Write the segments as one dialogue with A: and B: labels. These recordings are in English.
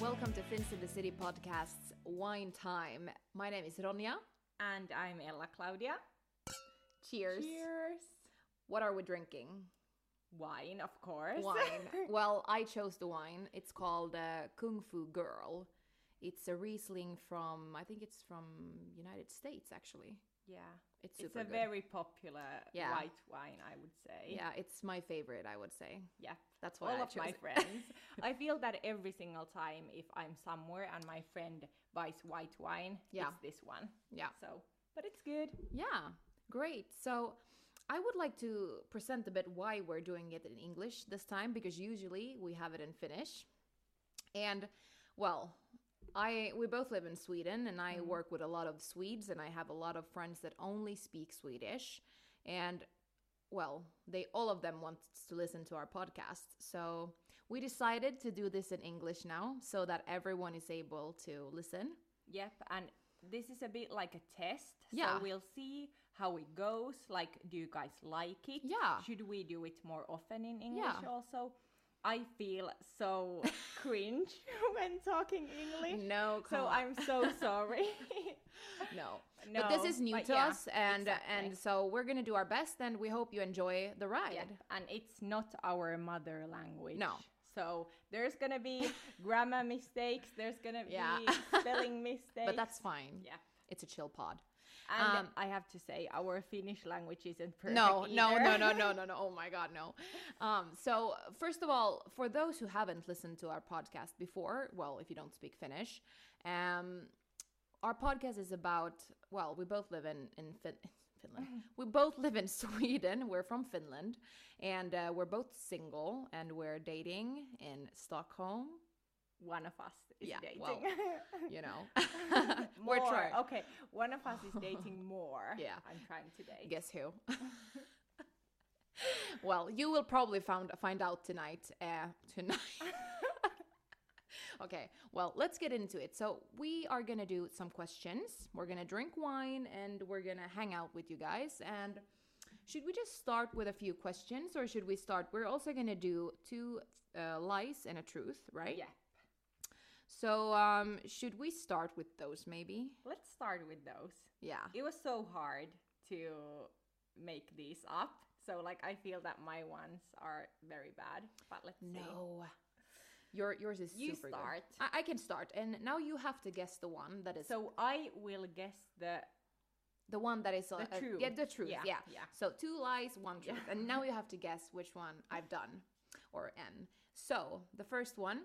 A: Welcome to Fins in the City podcast's Wine Time. My name is Ronja.
B: And I'm Ella Claudia.
A: Cheers.
B: Cheers.
A: What are we drinking?
B: Wine, of course.
A: Wine. well, I chose the wine. It's called uh, Kung Fu Girl. It's a Riesling from, I think it's from United States actually.
B: yeah.
A: It's
B: it's
A: super
B: a
A: good.
B: very popular
A: Yeah.
B: white wine, I would say.
A: Yeah, it's my favorite, I would say.
B: Yep.
A: That's why
B: All
A: I
B: of my
A: chose it.
B: friends. I feel that every single time if I'm somewhere and my friend buys white wine,
A: Yeah.
B: it's this one.
A: Yeah.
B: So, but it's good.
A: Yeah, great. So I would like to present a bit why we're doing it in English this time because usually we have it in Finnish. And well, I we both live in Sweden and
B: Mm.
A: I work with a lot of Swedes and I have a lot of friends that only speak Swedish and well, they all of them want to listen to our podcast. So we decided to do this in English now so that everyone is able to listen.
B: Yep. And this is a bit like a test.
A: Yeah.
B: So we'll see how it goes. Like, do you guys like it?
A: Yeah.
B: Should we do it more often in English
A: Ah. Yeah.
B: also? I feel so cringe when talking English.
A: No,
B: So
A: come on.
B: I'm so sorry.
A: no.
B: No,
A: but this is new
B: but
A: to
B: yeah,
A: us, and
B: exactly.
A: and so we're gonna do our best, and we hope you enjoy the ride.
B: Yep, And it's not our mother language.
A: No.
B: So there's gonna be grammar mistakes. There's gonna
A: Yeah.
B: be spelling mistakes.
A: But that's fine.
B: Yeah.
A: it's a chill pod.
B: And I have to say, our Finnish language isn't perfect.
A: No, no,
B: either.
A: no, no, no, no, no. Oh my God, no. Um, so, first of all, for those who haven't listened to our podcast before, well, if you don't speak Finnish, um, our podcast is about, well, we both live in, in fin- Finland. We both live in Sweden. We're from Finland. And uh, we're both single and we're dating in Stockholm.
B: One of us is
A: Yeah,
B: dating.
A: well, you know,
B: more.
A: we're trying.
B: Okay, one of us is dating more.
A: Yeah.
B: I'm trying to date.
A: Guess who? well, you will probably found, find out tonight. Uh, tonight. okay, well, let's get into it. So, we are going to do some questions. We're going to drink wine and we're going to hang out with you guys. And should we just start with a few questions or should we start? We're also going to do two uh, lies and a truth, right?
B: Yeah.
A: So, um, should we start with those maybe?
B: Let's start with those.
A: Yeah.
B: It was so hard to make these up. So like I feel that my ones are very bad. But let's see.
A: No. Your yours is
B: You
A: super
B: start.
A: good. Ah, I, I can start, and now you have to guess the one that is
B: So I will guess the
A: the one that is uh,
B: The truth.
A: yeah, the truth. Yeah,
B: Yeah,
A: yeah.
B: yeah.
A: So two lies, one truth, and now you have to guess which one I've done or am. So the first one,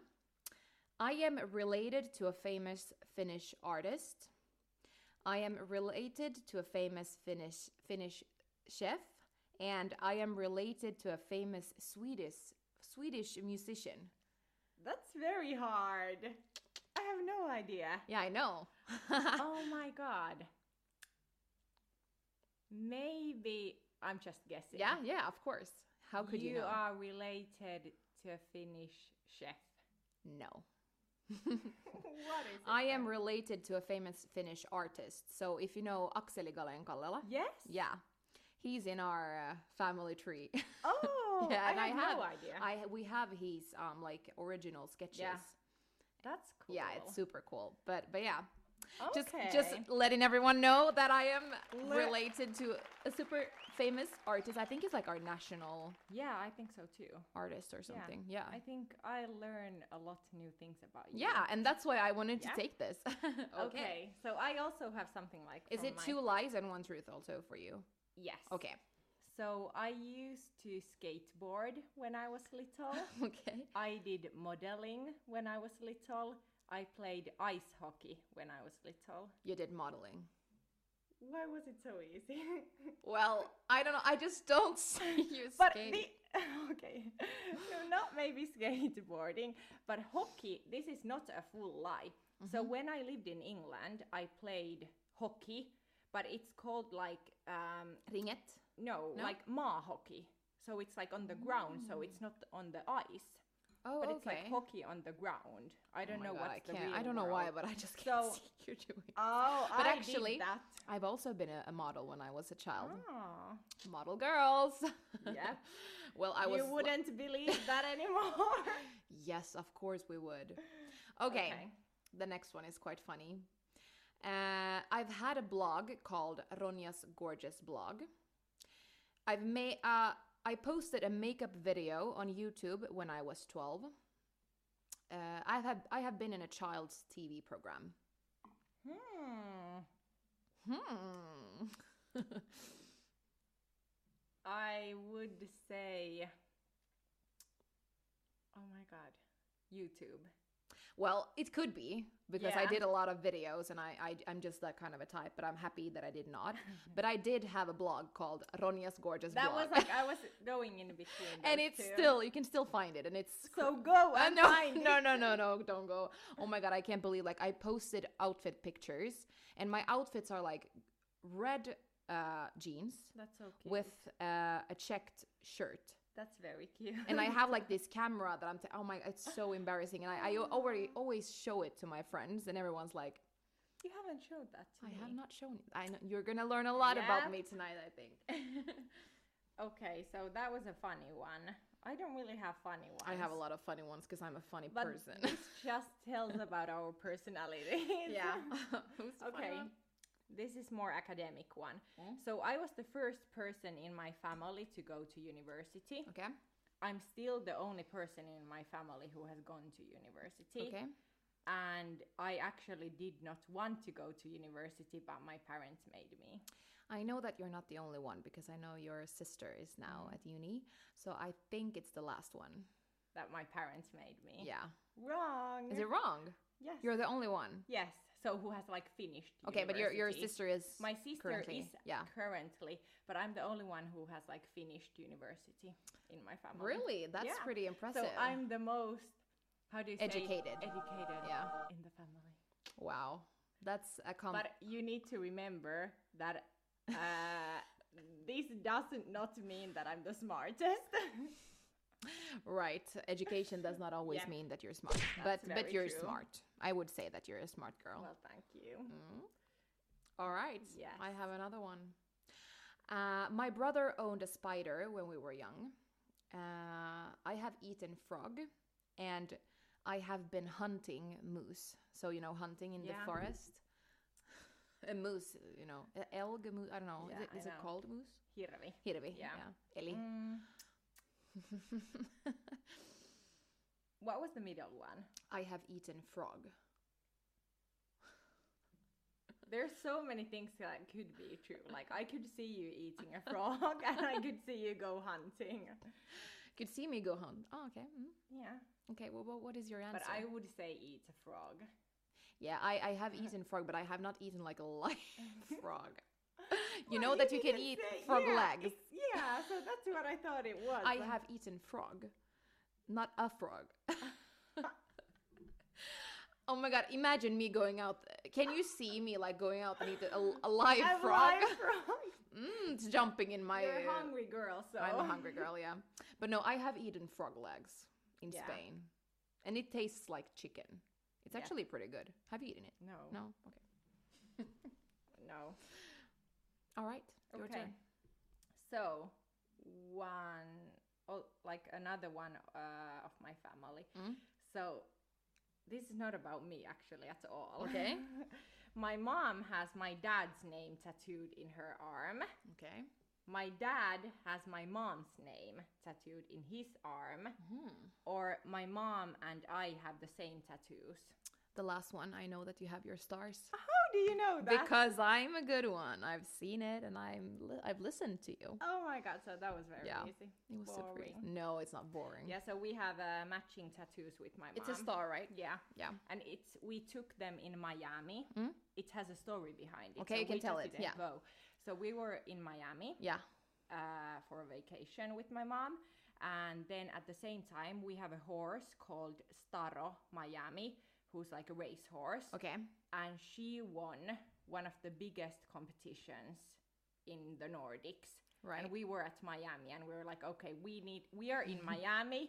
A: I am related to a famous Finnish artist. I am related to a famous Finnish Finnish chef, and I am related to a famous Swedish Swedish musician.
B: That's very hard. I have no idea.
A: Yeah, I know.
B: oh my god. Maybe I'm just guessing.
A: Yeah, yeah, of course. How could you,
B: you
A: know?
B: are related to a Finnish chef.
A: no.
B: what is it?
A: I am related to a famous Finnish artist. So if you know Akseli Galenkallela,
B: Yes.
A: yeah, he's in our uh, family tree.
B: Oh, I,
A: and
B: have no idea.
A: I we have his um like original sketches.
B: Yeah, That's cool.
A: Yeah, it's super cool. But but yeah.
B: Okay.
A: Just just letting everyone know that I am
B: Le-
A: related to a super famous artist. I think he's like our national
B: yeah. I think so too.
A: artist or something. Yeah.
B: I think I learn a lot new things about you.
A: Yeah, and that's why I wanted
B: Yeah.
A: to take this. okay.
B: Okay. So I also have something like.
A: Is
B: from
A: it
B: my-
A: two lies and one truth also for you?
B: Yes.
A: Okay.
B: So I used to skateboard when I was little.
A: Okay.
B: I did modeling when I was little. I played ice hockey when I was little.
A: You did modeling.
B: Why was it so easy?
A: Well, I don't know. I just don't see you
B: but
A: skating.
B: the okay, so not maybe skateboarding, but hockey. This is not a full lie. So
A: Mm-hmm.
B: when I lived in England, I played hockey, but it's called like um,
A: Ringet.
B: No, like ma hockey. So it's like on the ground, so it's not on the ice.
A: Mm. Oh,
B: but
A: okay.
B: it's like hockey on the ground. I
A: Oh
B: don't
A: my
B: know
A: God,
B: what's
A: I
B: the
A: can't.
B: real
A: I don't know why,
B: word.
A: but I just can't
B: So-
A: see you doing. it.
B: Oh,
A: But
B: I
A: actually-
B: did that.
A: I've also been a, a model when I was a child.
B: Ah,
A: Model girls.
B: yeah.
A: well, I was.
B: you
A: li-
B: wouldn't believe that anymore.
A: Yes, of course we would. Okay, the next one is quite funny. Uh, I've had a blog called Ronja's Gorgeous Blog. I've made. Uh, I posted a makeup video on YouTube when I was 12. Uh, I have I have been in a child's TV program.
B: Hmm.
A: Hmm.
B: I would say. Oh my god, YouTube.
A: Well, it could be because I
B: Yeah.
A: did a lot of videos and I, I I'm just that kind of a type, but I'm happy that I did not. but I did have a blog called Ronja's Gorgeous
B: That was
A: Blog.
B: like I was going in between.
A: and
B: those
A: it's
B: two.
A: still you can still find it and it's
B: So go
A: Uh,
B: and
A: no,
B: find
A: no,
B: it.
A: no, no, no, don't go. Oh my god, I can't believe like I posted outfit pictures and my outfits are like red uh, jeans
B: That's so cute.
A: with uh, a checked shirt.
B: That's very cute.
A: and I have like this camera that I'm. T- oh my, it's so embarrassing, and I, I already always show it to my friends, and everyone's like,
B: you haven't showed that to
A: "I
B: me.
A: have not shown it." I know you're gonna learn a lot about
B: Yep.
A: me tonight, I think.
B: okay, so that was a funny one. I don't really have funny ones.
A: I have a lot of funny ones because I'm a funny
B: But
A: person.
B: this just tells about our personalities.
A: yeah. Who's the funny
B: okay.
A: one?
B: This is more academic one.
A: Mm.
B: So I was the first person in my family to go to university.
A: Okay.
B: I'm still the only person in my family who has gone to university.
A: Okay.
B: And I actually did not want to go to university, but my parents made me.
A: I know that you're not the only one because I know your sister is now
B: Mm.
A: at uni, so I think it's the last one.
B: That my parents made me.
A: Yeah.
B: Wrong.
A: Is it wrong?
B: Yes.
A: You're the only one.
B: Yes. So who has like finished?
A: Okay, but your your
B: university.
A: sister is
B: My sister
A: currently.
B: is
A: yeah.
B: currently, but I'm the only one who has like finished university in my family.
A: Really? That's
B: Yeah.
A: pretty
B: So
A: impressive.
B: I'm the most how do you say
A: Educated.
B: Educated.
A: Yeah.
B: In the family.
A: Wow. That's a com-
B: But you need to remember that uh, this doesn't not mean that I'm the smartest.
A: right. Education does not always
B: Yeah.
A: mean that you're smart, but
B: That's
A: but
B: very
A: you're
B: true.
A: smart. I would say that you're a smart girl.
B: well, thank you.
A: Mm. All right. I
B: Yes.
A: have another one. Uh, my brother owned a spider when we were young. Uh, I have eaten frog, and I have been hunting moose. So you know, hunting in the
B: Yeah.
A: forest. A moose, you know, a elk, a moose. I don't know.
B: Yeah,
A: is it,
B: I
A: is it
B: know.
A: called moose?
B: Hirvi.
A: Hirvi. Yeah.
B: Yeah.
A: Eli.
B: Mm, what was the middle one?
A: I have eaten frog.
B: There's so many things that could be true. Like I could see you eating a frog, and I could see you go hunting.
A: Could see me go hunt. Oh, okay. Mm.
B: Yeah,
A: Okay. Well, what- what is your answer?
B: but I would say eat a frog.
A: Yeah, I, I have eaten frog, but I have not eaten like a live frog. You know that you can eat frog legs.
B: Yeah, so that's what I thought it was.
A: I have eaten frog, not a frog. oh my god! Imagine me going out. Can you see me like going out and eat a, a live
B: a
A: frog?
B: live frog.
A: Mm, it's jumping in my.
B: You're a hungry girl, so
A: I'm a hungry girl, yeah. But no, I have eaten frog legs in
B: Yeah.
A: Spain, and it tastes like chicken. It's
B: Yeah. Oh.
A: actually pretty good. Have you eaten it?
B: No, no,
A: No. Okay.
B: no.
A: All right. Your
B: Okay.
A: turn.
B: So one, oh, like another one uh, of my family.
A: Mm.
B: So this is not about me actually at all.
A: Okay.
B: my mom has my dad's name tattooed in her arm.
A: Okay.
B: My dad has my mom's name tattooed in his arm,
A: Hmm.
B: or my mom and I have the same tattoos.
A: The last one, I know that you have your stars
B: How do you know Ah, that?
A: because I'm a good one. I've seen it and I'm li- I've listened to you.
B: oh my god, so that was very
A: Yeah.
B: easy.
A: It was super easy.
B: Boring.
A: No, it's not boring.
B: Yeah, so we have uh, matching tattoos with my mom.
A: it's a star, right?
B: Yeah.
A: Yeah.
B: And it's we took them in Miami.
A: Mm.
B: It has a story behind it.
A: Okay, you
B: we
A: can tell
B: just
A: it,
B: didn't
A: yeah.
B: Go. So we were in Miami
A: Yeah.
B: uh, for a vacation with my mom. And then at the same time, we have a horse called Starro Miami, who's like a racehorse.
A: Okay.
B: And she won one of the biggest competitions in the Nordics.
A: Right.
B: And we were at Miami and we were like, okay, we need, we are in Miami.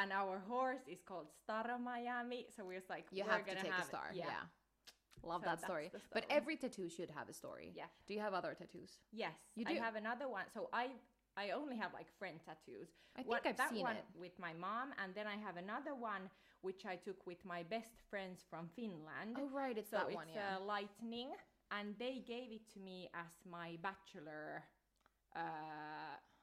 B: and our horse is called Stara Miami. So we're just like,
A: You
B: we're
A: have to
B: gonna
A: take
B: have
A: a
B: it.
A: star. Yeah. Love
B: So
A: that
B: that's
A: story.
B: the
A: But
B: story.
A: every tattoo should have a story.
B: Yeah.
A: Do you have other tattoos?
B: Yes,
A: You
B: I
A: do.
B: have another one. So I I only have like friend tattoos.
A: I think
B: What-
A: I've
B: that
A: seen
B: one
A: it.
B: with my mom, and then I have another one which I took with my best friends from Finland.
A: Oh right, it's
B: so
A: that
B: it's
A: one. Yeah.
B: uh, lightning, and they gave it to me as my bachelor. Uh,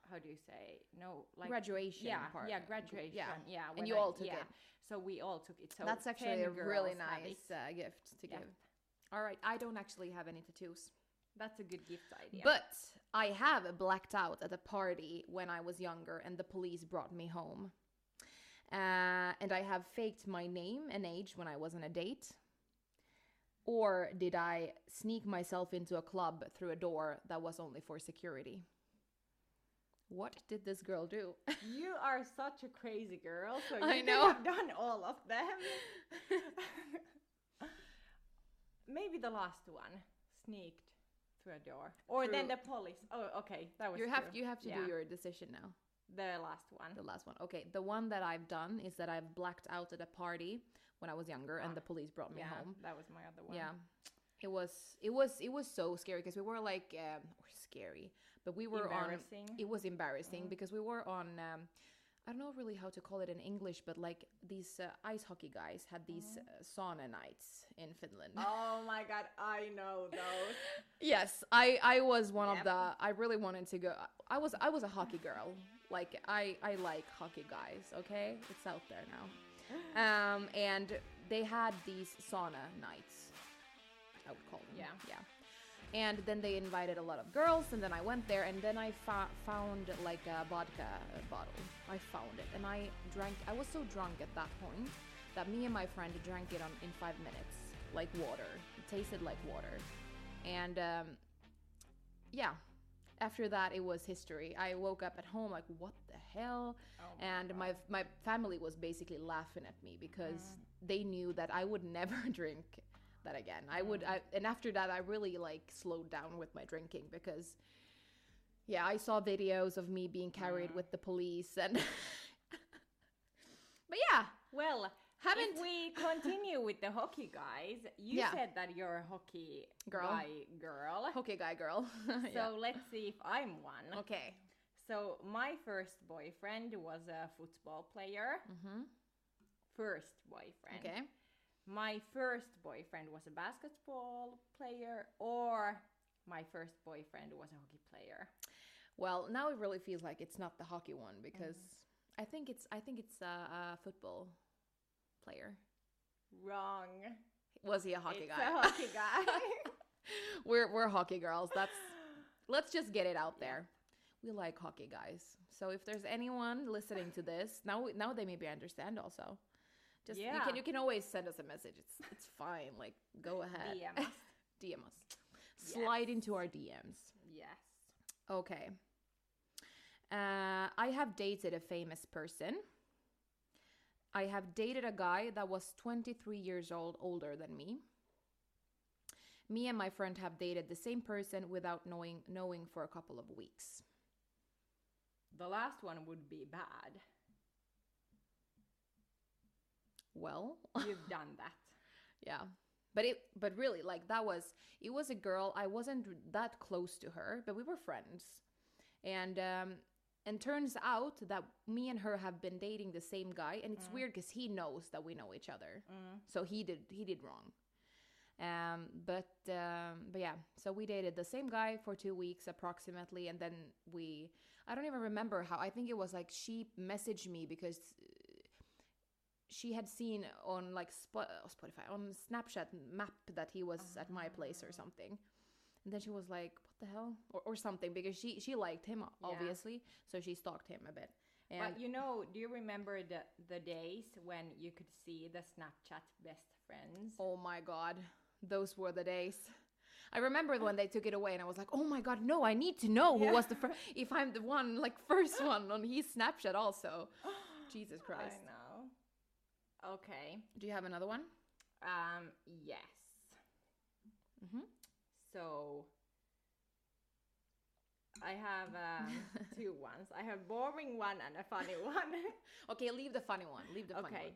B: how do you say no? Like
A: graduation.
B: yeah,
A: part.
B: yeah,
A: Gr-
B: graduation. Yeah,
A: Yeah.
B: when
A: you
B: I-
A: all took
B: yeah.
A: it.
B: So we all took it. So
A: That's actually
B: 10
A: a really
B: girls have it.
A: nice uh, gift to
B: Yeah.
A: give. All right, I don't actually have any tattoos,
B: That's a good gift idea.
A: but I have blacked out at a party when I was younger, and the police brought me home. Uh, and I have faked my name and age when I was on a date. Or did I sneak myself into a club through a door that was only for security? What did this girl do?
B: You are such a crazy girl, so you
A: I
B: could
A: know.
B: have done all of them. Maybe the last one sneaked through a door, or then
A: Through-
B: the police. Oh, okay, that was
A: you have
B: true.
A: you have to
B: Yeah.
A: do your decision now.
B: the last one.
A: The last one. Okay, the one that I've done is that I've blacked out at a party when I was younger, and
B: Ah,
A: the police brought me
B: yeah,
A: home.
B: that was my other one.
A: Yeah, it was it was it was so scary because we were like um, or scary, but we were on.
B: embarrassing. Oh.
A: It was embarrassing because we were on. Um, I don't know really how to call it in English, but like these uh, ice hockey guys had these uh, sauna nights in Finland.
B: Oh my god, I know those.
A: Yes, I I was one of
B: Yep.
A: the. I really wanted to go. I was I was a hockey girl. Like I I like hockey guys. Okay, it's out there now.
B: Oh
A: Um, and they had these sauna nights. I would call them.
B: Yeah.
A: yeah. And then they invited a lot of girls, and then I went there, and then I fo- found like a vodka uh, bottle. I found it, and I drank. I was so drunk at that point that me and my friend drank it on in five minutes, like water. It tasted like water, and um, yeah. After that, it was history. I woke up at home like, what the hell?
B: Oh my
A: and my my family was basically laughing at me because
B: Mm.
A: they knew that I would never drink that again. I would,
B: Mm.
A: I, and after that, I really like slowed down with my drinking because, yeah, I saw videos of me being carried with the police, and but yeah,
B: Well,
A: Haven't-
B: if we continue with the hockey guys, you
A: Yeah.
B: said that you're a hockey
A: Girl.
B: guy girl.
A: okay, guy, girl.
B: So
A: yeah.
B: let's see if I'm one.
A: okay,
B: So my first boyfriend was a football player.
A: Mhm.
B: First boyfriend.
A: okay,
B: My first boyfriend was a basketball player, or my first boyfriend was a hockey player.
A: well, now it really feels like it's not the hockey one because
B: Mm.
A: I think it's I think it's a, a football player.
B: Wrong.
A: Was he a hockey
B: it's
A: guy?
B: a hockey guy.
A: we're we're hockey girls. That's let's just get it out there. We like hockey guys. So if there's anyone listening to this, now now they maybe understand also. Just you
B: Yeah.
A: can you can always send us a message. It's it's fine. Like go ahead.
B: DM us.
A: DM us. Slide into our DMs.
B: yes.
A: Okay. Uh, I have dated a famous person. I have dated a guy that was 23 years old older than me. Me and my friend have dated the same person without knowing knowing for a couple of weeks.
B: The last one would be bad.
A: Well,
B: You've done that.
A: yeah. But it but really like that was it was a girl I wasn't that close to her, but we were friends. And um and turns out that me and her have been dating the same guy and it's weird cuz he knows that we know each other.
B: Mm.
A: So he did he did wrong. Um, but um, but yeah, so we dated the same guy for two weeks approximately, and then we I don't even remember how I think it was like she messaged me because uh, she had seen on like Spo- uh, Spotify on Snapchat map that he was at my place or something. And then she was like, "What the hell?" or, or something because she she liked him obviously, so she stalked him a bit. And
B: But you know, do you remember the the days when you could see the Snapchat best friends?
A: Oh my god, those were the days. I remember when they took it away, and I was like, "Oh my god, no! I need to know who
B: Yeah.
A: was the first. If I'm the one, like first one on his Snapchat, also." Jesus Christ!
B: I know. Okay.
A: Do you have another one?
B: Um. Yes.
A: Mm-hmm. Mhm.
B: So I have um, two ones. I have boring one and a funny one.
A: Okay, leave the funny one. Leave the funny
B: okay,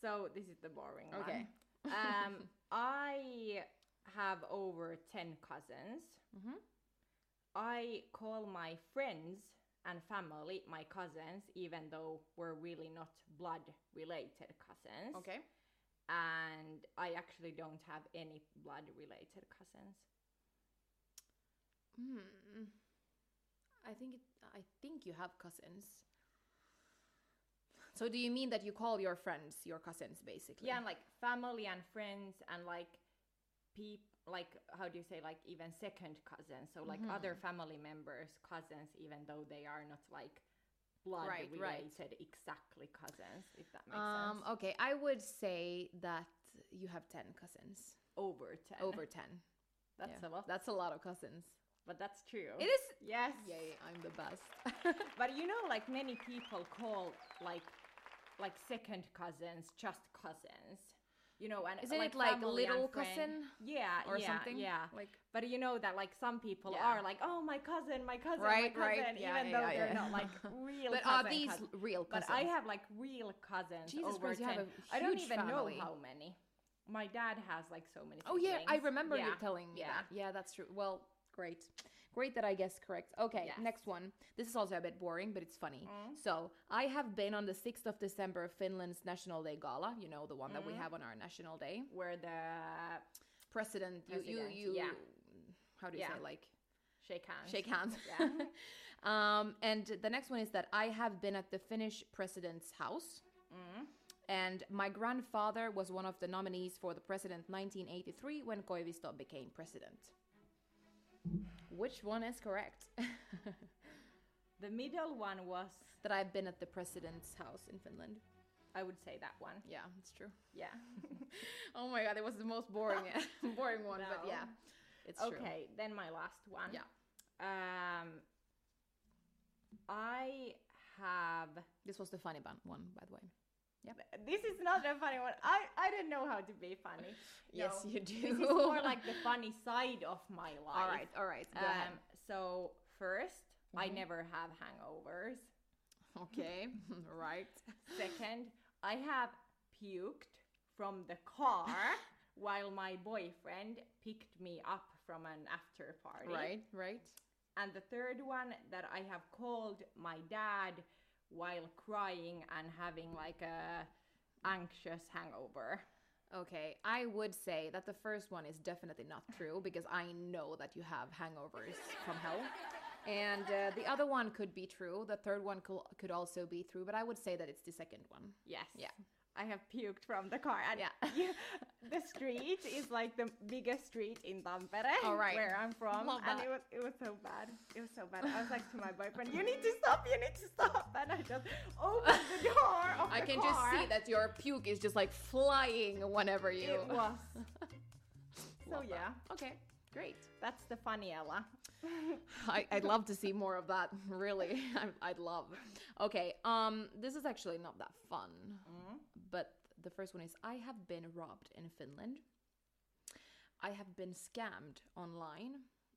B: so this is the boring
A: one.
B: one. um, I have over 10 cousins.
A: Mhm.
B: I call my friends and family my cousins, even though we're really not blood related cousins.
A: Okay.
B: And I actually don't have any blood related cousins.
A: Hmm. I think it, I think you have cousins. So do you mean that you call your friends your cousins basically?
B: Yeah, and like family and friends and like peop like how do you say like even second cousins so like other
A: Mm-hmm.
B: family members cousins even though they are not like blood
A: Right,
B: related
A: right.
B: exactly cousins if that makes
A: Um.
B: sense
A: Okay. I would say that you have ten cousins.
B: over 10
A: Over ten.
B: that's
A: Yeah.
B: a lot
A: That's a lot of cousins.
B: but that's true
A: It is.
B: yes
A: Yay! I'm the best.
B: but you know like many people call like like second cousins just cousins you know and
A: Isn't
B: like
A: it like
B: family and
A: little
B: friend-
A: cousin
B: yeah
A: or
B: yeah,
A: something?
B: yeah
A: Like.
B: But you know that like some people
A: Yeah.
B: are like, oh my cousin, my cousin,
A: Right,
B: my
A: right.
B: cousin,
A: Yeah,
B: even
A: yeah,
B: though
A: yeah,
B: they're
A: yeah.
B: not like real.
A: But
B: cousin,
A: are these
B: cousin.
A: real
B: But
A: cousins?
B: I have like real cousins.
A: Jesus
B: over
A: Christ, you
B: 10.
A: have a
B: I don't
A: huge
B: even
A: family.
B: know how many. My dad has like so many.
A: Oh yeah, I
B: siblings.
A: remember you
B: Yeah,
A: telling me
B: yeah.
A: that. Yeah, that's true. Well, great. Great that I guessed correct. Okay,
B: Yes.
A: next one. This is also a bit boring, but it's funny.
B: Mm.
A: So, I have been on the 6th of December, Finland's National Day Gala, you know, the one
B: Mm.
A: that we have on our National Day.
B: Where the
A: President, you,
B: President,
A: you, you,
B: yeah.
A: how do you
B: Yeah.
A: say, like,
B: shake hands.
A: shake hands.
B: Yeah.
A: um, and the next one is that I have been at the Finnish president's house.
B: Mm.
A: And my grandfather was one of the nominees for the president 1983 when Koivisto became president. Which one is correct?
B: The middle one was,
A: that I've been at the president's house in Finland.
B: I would say that one.
A: Yeah, it's true.
B: Yeah.
A: Oh my god, it was the most boring boring one, but
B: No.
A: yeah. It's true.
B: okay, then my last one.
A: Yeah.
B: Um, I have
A: This was the funny ban- one, by the way.
B: This is not a funny one. I, I don't know how to be funny.
A: Yes,
B: No.
A: you do.
B: This is more like the funny side of my life.
A: All right, all right. Go ahead.
B: Um, so 1st I
A: Mhm.
B: never have hangovers.
A: Um, Okay. right.
B: Second, I have puked from the car while my boyfriend picked me up from an after party.
A: Right, right.
B: And the third one that I have called my dad while crying and having like a anxious hangover.
A: Okay, I would say that the first one is definitely not true because I know that you have hangovers from hell. And uh, the other one could be true. The third one cou- could also be true, but I would say that it's the second one.
B: Yes.
A: Yeah.
B: I have puked from the car. And
A: Yeah.
B: you- the street is like the biggest street in Tampere,
A: All right.
B: where I'm from.
A: Love
B: and
A: that.
B: it was it was so bad. It was so bad. I was like to my boyfriend, "You need to stop! You need to stop!" And I just opened the door of
A: I
B: the
A: can just
B: car.
A: see that your puke is just like flying whenever you.
B: It was. so
A: Love that.
B: yeah,
A: Okay, great.
B: that's the funny Ella.
A: I, I'd love to see more of that. Really, I, I'd love. Okay, um, this is actually not that fun, but the first one is I have been robbed in Finland. I have been scammed online,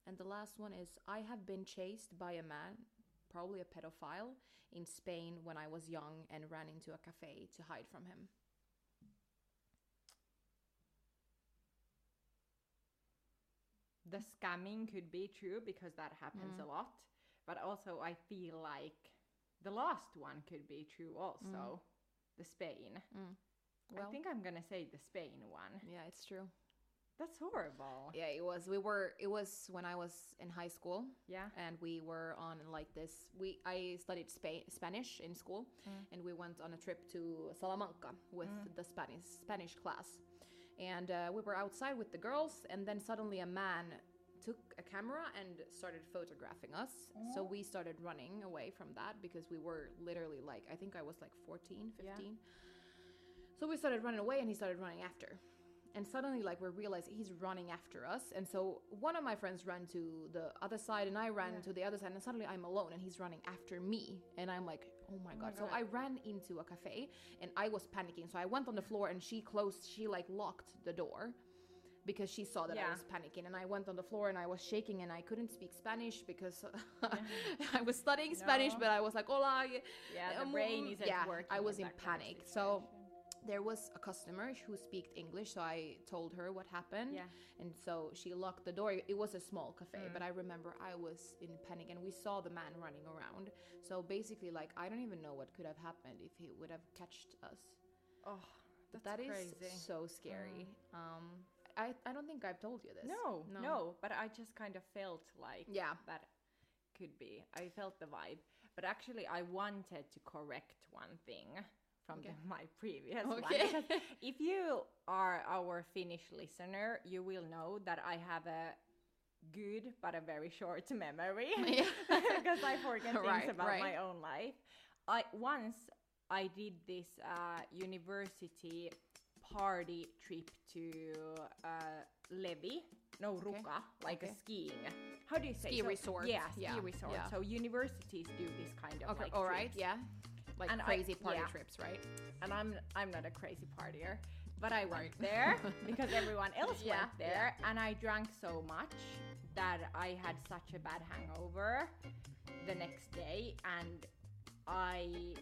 A: and the last one is I have been chased by a man, probably a pedophile, in Spain when I was young and ran into a cafe to hide from him.
B: The scamming could be true because that happens
A: Mm.
B: a lot, but also I feel like the last one could be true also. The Spain.
A: Mm. Well,
B: I think I'm gonna say the Spain one.
A: yeah, it's true.
B: That's horrible.
A: Yeah, it was. We were. It was when I was in high school,
B: Yeah.
A: and we were on like this. We I studied Spa- Spanish in school,
B: Mm.
A: and we went on a trip to Salamanca with the Spanish Spanish class, and uh, we were outside with the girls, and then suddenly a man took a camera and started photographing us. So
B: Oh.
A: we started running away from that because we were literally like I think I was like 14,
B: Yeah.
A: 15. So we started running away, and he started running after. And suddenly, like, we realize he's running after us. And so one of my friends ran to the other side, and I ran to the other side. And suddenly, I'm alone, and he's running after me. And I'm like, oh my god. So I ran into a cafe, and I was panicking. So I went on the floor, and she closed, she like locked the door. because she saw that I
B: Yeah.
A: was panicking and I went on the floor and I was shaking and I couldn't speak Spanish because I was studying Spanish
B: No.
A: but I was like hola
B: Yeah, the
A: um,
B: brain isn't
A: yeah, I
B: working.
A: was
B: with
A: in
B: that kind of
A: panic, so-
B: situation.
A: there was a customer who speaked English so I told her what happened
B: yeah, Mm.
A: and so she locked the door. It was a small cafe, but I remember I was in panic and we saw the man running around. So basically, like, I don't even know what could have happened if he would have catched us.
B: oh, that's
A: But that is
B: crazy. Mm.
A: so scary. Um, I, I don't think I've told you this.
B: No, no, but I just kind of felt like
A: Yeah.
B: that could be. I felt the vibe, but actually, I wanted to correct one thing from
A: Okay.
B: the, my previous
A: Okay.
B: one. because if you are our Finnish listener, you will know that I have a good but a very short memory
A: Yeah.
B: because I forget things
A: Right,
B: about
A: right.
B: my own life. I once I did this uh, university party trip to uh, Levi, no Ruka, like
A: okay.
B: a skiing. How do you say?
A: Ski
B: So-
A: resort,
B: Yeah, ski
A: yeah,
B: resort.
A: yeah.
B: So universities do this kind of
A: Okay,
B: like
A: all right,
B: trips.
A: yeah. Like
B: And I-
A: crazy party
B: yeah.
A: trips, right?
B: And I'm I'm not a crazy partier, but I went
A: Right.
B: there because everyone else
A: Yeah,
B: went there, and I drank so much that I had such a bad hangover the next day, and I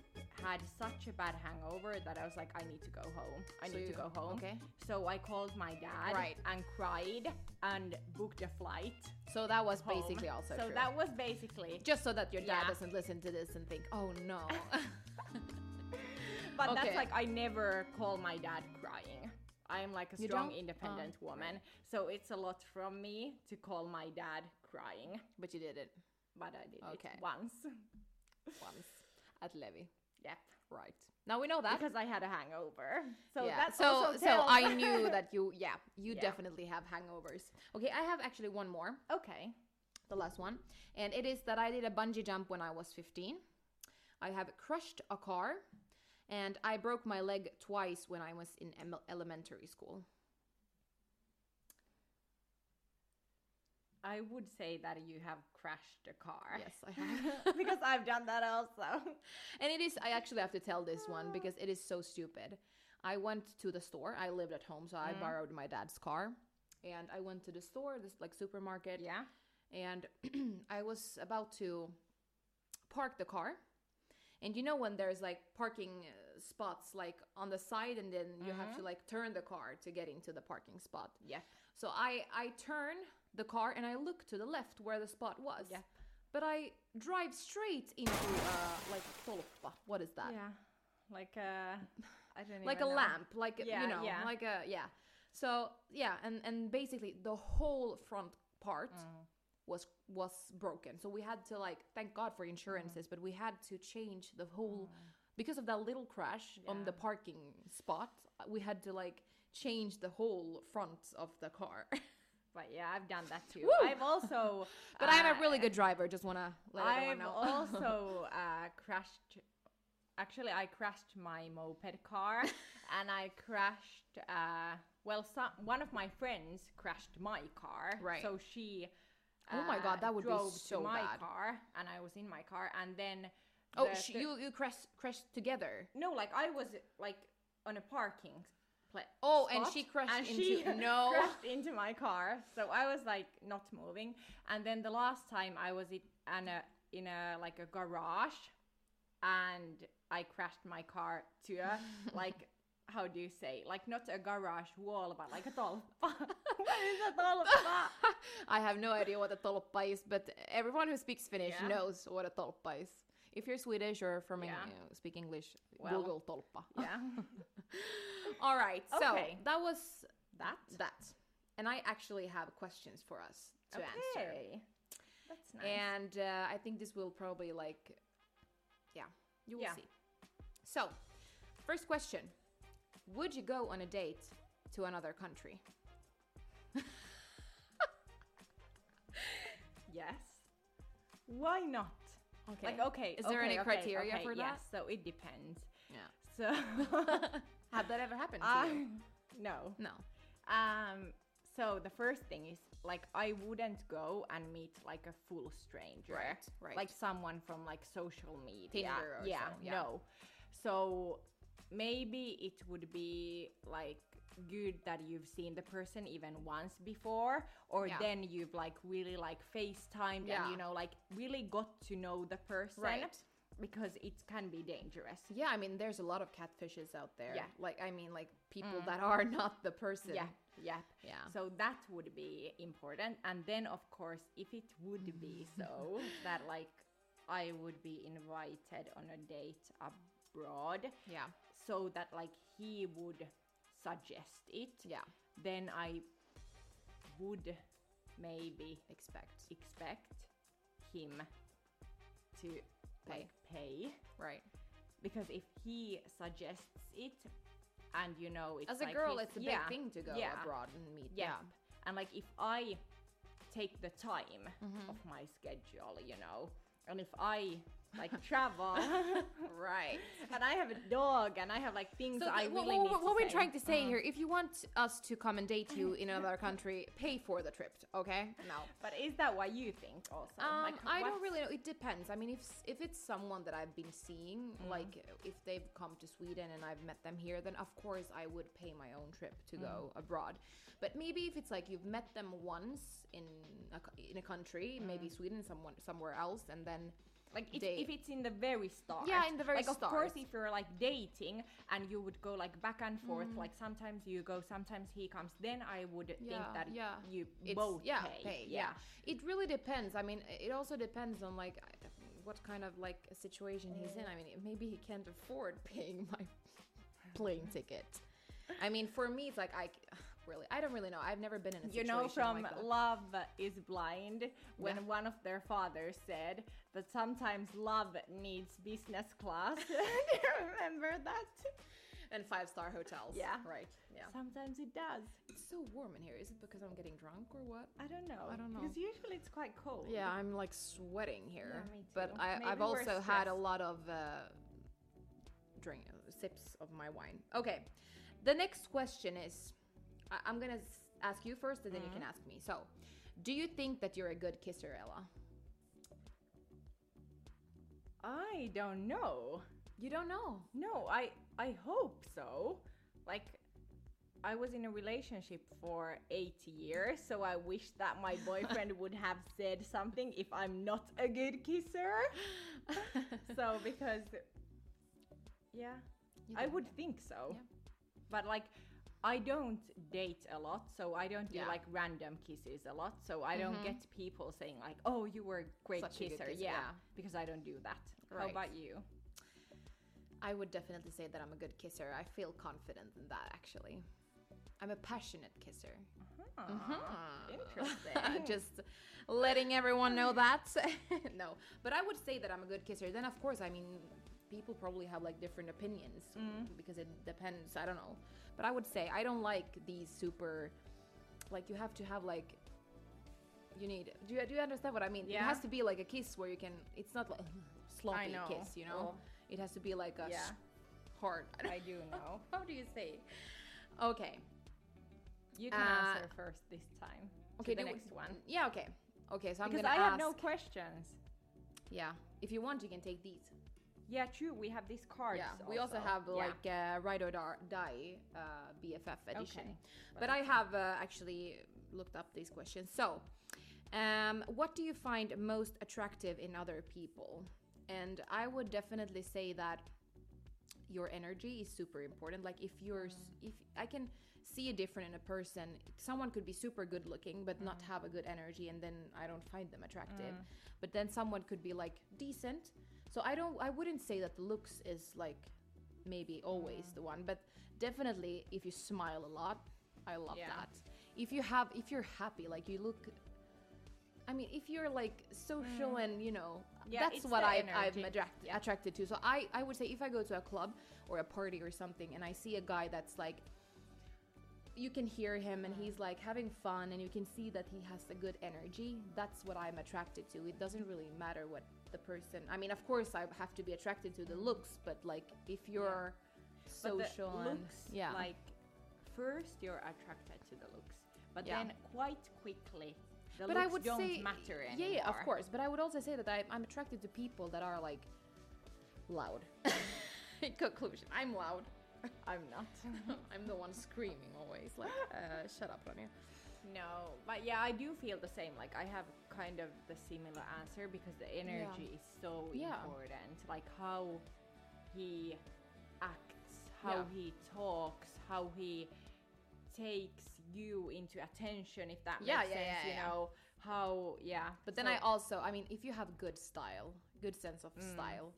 B: had such a bad hangover that I was like, I need to go home. I
A: So
B: need to
A: you-
B: go home.
A: Okay.
B: So I called my dad
A: Right.
B: and cried and booked a flight.
A: So that was
B: home.
A: basically also
B: So
A: true.
B: that was basically.
A: Just so that your dad
B: Yeah.
A: doesn't listen to this and think, oh no.
B: But
A: Okay.
B: that's like I never call my dad crying. I'm like a
A: You
B: strong,
A: don't? Oh,
B: independent woman, so it's a lot from me to call my dad crying.
A: but you did it
B: But I did
A: Okay.
B: it once.
A: once at Levy.
B: Yep.
A: Right. Now we know that.
B: Because I had a hangover. So
A: yeah.
B: that's
A: so
B: also
A: so
B: tells-
A: I knew that you yeah you
B: Yeah.
A: definitely have hangovers. Okay, I have actually one more,
B: Okay.
A: the last one, and it is that I did a bungee jump when I was 15. I have crushed a car, and I broke my leg twice when I was in em- elementary school.
B: I would say that you have crashed a car.
A: Yes, I have.
B: because I've done that also.
A: And it is, I actually have to tell this one because it is so stupid. I went to the store. I lived at home, so I borrowed my dad's car. And I went to the store, this like supermarket,
B: Yeah.
A: and I was about to park the car. And you know when there's like parking uh, spots like on the side and then you have
B: Mm-hmm.
A: to like turn the car to get into the parking spot.
B: Yep.
A: So I I turn the car and I look to the left where the spot was.
B: Yep.
A: But I drive straight into uh like tolppa. What is that?
B: Yeah. Like a I don't
A: like a
B: even know.
A: lamp like a- you
B: Yeah,
A: know
B: yeah.
A: like a yeah so yeah and and basically the whole front
B: Mm.
A: part was was broken so we had to like thank god for insurances
B: Mm.
A: but we had to change the whole because of that little crash on
B: Yeah.
A: the parking spot uh, we had to like change the whole front of the car
B: But yeah, I've done that too.
A: Woo!
B: I've also
A: but i'm a
B: uh,
A: really good driver just want to let everyone
B: I've
A: know
B: also uh, crashed. Actually, I crashed my moped car, and I crashed. Uh, well, some, one of my friends crashed my car.
A: Right.
B: So she.
A: Oh my God,
B: uh,
A: that would be
B: drove
A: so
B: to my
A: bad.
B: car, and I was in my car, and then.
A: oh
B: the-
A: sh-
B: the-
A: you you crashed crashed together
B: No, like I was like on a parking. Pla-
A: Oh, and
B: spot,
A: she crashed
B: and
A: into-
B: she
A: no.
B: crashed into my car. So I was like not moving. And then the last time I was in an- a, in a like a garage, and I crashed my car to a like how do you say like not a garage wall but like a tolppa. what is a tolppa?
A: I have no idea what a tolppa is, but everyone who speaks Finnish
B: Yeah.
A: knows what a tolppa is. If you're Swedish or from Eng-
B: Yeah.
A: uh, speak English,
B: Well.
A: Google tolppa.
B: yeah,
A: All right, so
B: Okay.
A: that was
B: that.
A: that, and I actually have questions for us to answer,
B: Okay. That's nice.
A: and uh, I think this will probably like, yeah, you will
B: Yeah.
A: see. So, first question: Would you go on a date to another country?
B: yes. Why not?
A: Okay.
B: Like okay,
A: Is there
B: okay,
A: any
B: okay,
A: criteria
B: okay,
A: for
B: yes,
A: that?
B: so it depends.
A: Yeah.
B: So
A: Have oh, that ever happened to you?
B: I no.
A: No.
B: Um. So the first thing is like I wouldn't go and meet like a full stranger,
A: Right, right.
B: Like someone from like social media.
A: Tinder or
B: yeah,
A: so, yeah.
B: No. So maybe it would be like good that you've seen the person even once before or
A: Yeah.
B: then you've like really like FaceTimed
A: Yeah.
B: and you know like really got to know the person
A: Right.
B: because it can be dangerous.
A: Yeah, I mean, there's a lot of catfishes out there.
B: Yeah. Mm.
A: Like, I mean, like people that are not the person.
B: Yeah, yeah.
A: Yeah.
B: So that would be important. And then, of course, if it would be so that, like, I would be invited on a date abroad
A: Yeah.
B: so that, like, he would suggest it,
A: Yeah.
B: then I would maybe
A: Expect.
B: expect him to
A: Pay.
B: like pay
A: Right.
B: because if he suggests it and you know it's
A: As a
B: like
A: girl,
B: his-
A: it's a big
B: yeah,
A: thing to go
B: yeah.
A: abroad and meet.
B: Yep. And like if I take the time
A: Hmm.
B: of my schedule, you know, and if I like travel
A: Yeah. Right.
B: and I have a dog and I have like things
A: So
B: I
A: th- what,
B: really
A: what-
B: need
A: what
B: to
A: we're
B: say. Mm-hmm.
A: trying to say here, if you want us to come and date you in another country, pay for the trip, okay? No.
B: But is that what you think also?
A: Um,
B: Like,
A: I don't
B: what's-
A: really know. It depends. I mean, if s- if it's someone that I've been seeing,
B: Mm-hmm.
A: like uh, if they've come to Sweden and I've met them here, then of course I would pay my own trip to go
B: Mm-hmm.
A: abroad. But maybe if it's like you've met them once in a, co- in a country, maybe
B: Mm-hmm.
A: Sweden, someone somewhere else, and then
B: like if,
A: date.
B: if it's in the very start.
A: Yeah, in the very
B: like, Of course,
A: start.
B: if you're like dating and you would go like back and forth,
A: Mm.
B: like sometimes you go, sometimes he comes, then I would
A: Yeah,
B: think that
A: yeah.
B: you
A: it's
B: both
A: yeah,
B: pay.
A: yeah. It really depends. I mean, it also depends on like I- what kind of like a situation he's in. I mean, maybe he can't afford paying my plane ticket. I mean, for me, it's like I c- really, I don't really know. I've never been in a
B: You
A: situation
B: know from
A: like that.
B: Love is Blind when
A: Yeah.
B: one of their fathers said that sometimes love needs business class. Do you remember that?
A: and five star hotels.
B: Yeah.
A: right. Yeah,
B: Sometimes it does.
A: it's so warm in here. Is it because I'm getting drunk or what?
B: I don't know.
A: I don't know.
B: Because usually it's quite cold.
A: Yeah, I'm like sweating here.
B: Yeah, me
A: But
B: too.
A: I,
B: Maybe
A: I've
B: we're
A: also had a
B: stressed.
A: lot of uh, drink sips of my wine. Okay, the next question is, I, I'm gonna s- ask you first, and then
B: Mm-hmm.
A: you can ask me. So, do you think that you're a good kisser, Ella?
B: I don't know.
A: You don't know.
B: No, I I hope so. Like I was in a relationship for 8 years, so I wish that my boyfriend would have said something if I'm not a good kisser. so because yeah
A: You
B: i
A: don't
B: would
A: know.
B: think so
A: Yeah.
B: but like i don't date a lot so i don't do
A: Yeah. Mm-hmm.
B: like random kisses a lot so i don't get people saying like oh you were a great
A: Such a good
B: kisser
A: kisser,
B: yeah,
A: yeah.
B: because i don't do that how
A: Right.
B: about you
A: I would definitely say that I'm a good kisser. I feel confident in that actually. I'm a passionate kisser.
B: Ah,
A: Uh,
B: interesting
A: just letting everyone know that. no, but I would say that I'm a good kisser. Then, of course, I mean, people probably have like different opinions because it depends. I don't know, but I would say I don't like these super. Like you have to have like. You need. Do you do you understand what I mean? It
B: Yeah.
A: has to be like a kiss where you can. It's not like sloppy
B: know.
A: kiss, you know.
B: Oh.
A: It has to be like a
B: Yeah.
A: hard.
B: i do know
A: How do you say? Okay.
B: you can
A: Uh,
B: answer first this time
A: Okay.
B: okay the
A: do-
B: next one
A: Yeah. Okay. Okay. So I'm
B: because
A: gonna
B: i have
A: ask.
B: no questions
A: Yeah. If you want, you can take these.
B: yeah true we have these cards
A: Yeah. We also have
B: Yeah.
A: like uh, Ride or Dar- Die uh, BFF edition.
B: Okay,
A: But I have uh, actually looked up these questions. So, um, what do you find most attractive in other people? And I would definitely say that your energy is super important. Like if you're, s- if I can see a different in a person, someone could be super good looking but not have a good energy, and then I don't find them attractive. But then someone could be like decent. So I don't, I wouldn't say that looks is like maybe always the one, but definitely if you smile a lot, I love
B: Yeah.
A: that. If you have, if you're happy, like you look. I mean, if you're like social and you know,
B: Yeah,
A: that's
B: it's
A: what
B: the
A: I, I'm
B: energy.
A: attract, attracted to. So I, I would say if I go to a club or a party or something and I see a guy that's like, you can hear him and he's like having fun and you can see that he has a good energy. That's what I'm attracted to. It doesn't really matter what the person. I mean, of course, I have to be attracted to the looks, but like if you're
B: But the
A: social and
B: looks,
A: yeah,
B: like first you're attracted to the looks but
A: Yeah.
B: then quite quickly the
A: but
B: looks
A: I would
B: don't
A: say
B: matter
A: yeah,
B: anymore
A: yeah, of course. But I would also say that I, I'm attracted to people that are like loud. In conclusion, I'm loud.
B: I'm not.
A: I'm the one screaming always, like, uh, shut up, Ronja.
B: No, but yeah, I do feel the same. Like I have kind of the similar answer because the energy is so
A: Yeah.
B: important. Like how he acts, how
A: Yeah.
B: he talks, how he takes you into attention. If that
A: Yeah,
B: makes
A: yeah,
B: sense,
A: yeah,
B: you
A: yeah.
B: know how. Yeah,
A: But then
B: so-
A: I also, I mean, if you have good style, good sense of style,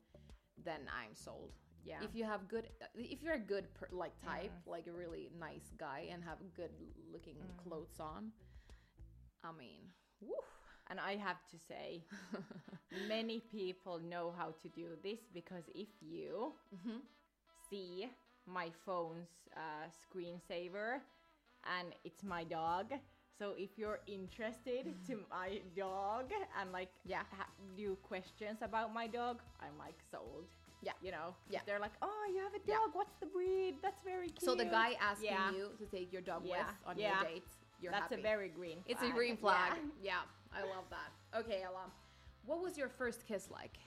A: then I'm sold.
B: Mm. yeah. Mm.
A: If you have good, if you're a good per, like type, like a really nice guy, and have good looking
B: Mm.
A: clothes on, I mean, woo.
B: And I have to say, many people know how to do this because if you
A: Mm-hmm.
B: see my phone's uh, screensaver and it's my dog, so if you're interested
A: Mm-hmm.
B: to my dog and like
A: Yeah.
B: ha- do questions about my dog, I'm like sold.
A: Yeah.
B: you know,
A: Yeah.
B: If they're like, oh, you have a
A: Yeah.
B: dog. What's the breed? That's very cute.
A: So the guy asking
B: Yeah.
A: you to take your dog
B: Yeah.
A: with on
B: Yeah.
A: your date, you're
B: That's
A: happy.
B: a very green.
A: it's a
B: flag.
A: green
B: Yeah.
A: flag. Yeah. I love that. Okay, Ella, what was your first kiss like?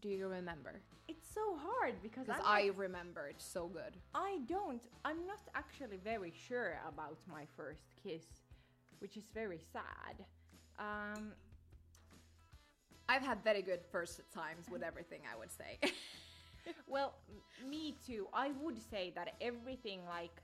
A: Do you remember?
B: It's so hard because
A: Because
B: I'm like,
A: I remember it so good.
B: I don't. I'm not actually very sure about my first kiss, which is very sad. Um,
A: I've had very good first times with everything, I would say.
B: well, m- me too. I would say that everything like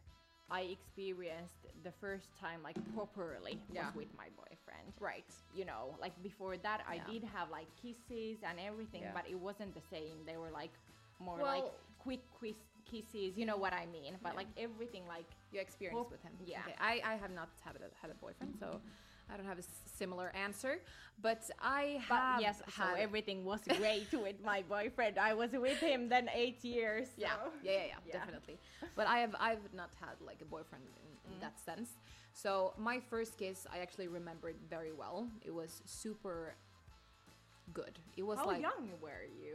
B: I experienced the first time like properly
A: Yeah.
B: was with my boyfriend.
A: right.
B: You know, like before that, I
A: Yeah.
B: did have like kisses and everything,
A: Yeah.
B: but it wasn't the same. They were like more like
A: Well-
B: quick quiz kisses. You know what I mean? But
A: Yeah.
B: like everything, like
A: Your experience
B: Well,
A: with him.
B: yeah.
A: Okay. I, I have not had a, had a boyfriend, so I don't have a s- similar answer. But I
B: But
A: have
B: yes, so
A: had.
B: everything was great with my boyfriend. I was with him then eight years.
A: yeah,
B: so-
A: yeah, yeah, yeah,
B: Yeah.
A: definitely. But I have I've not had like a boyfriend in,
B: Mm-hmm.
A: in that sense. So my first kiss, I actually remember it very well. It was super good. It was
B: How
A: like
B: young were you?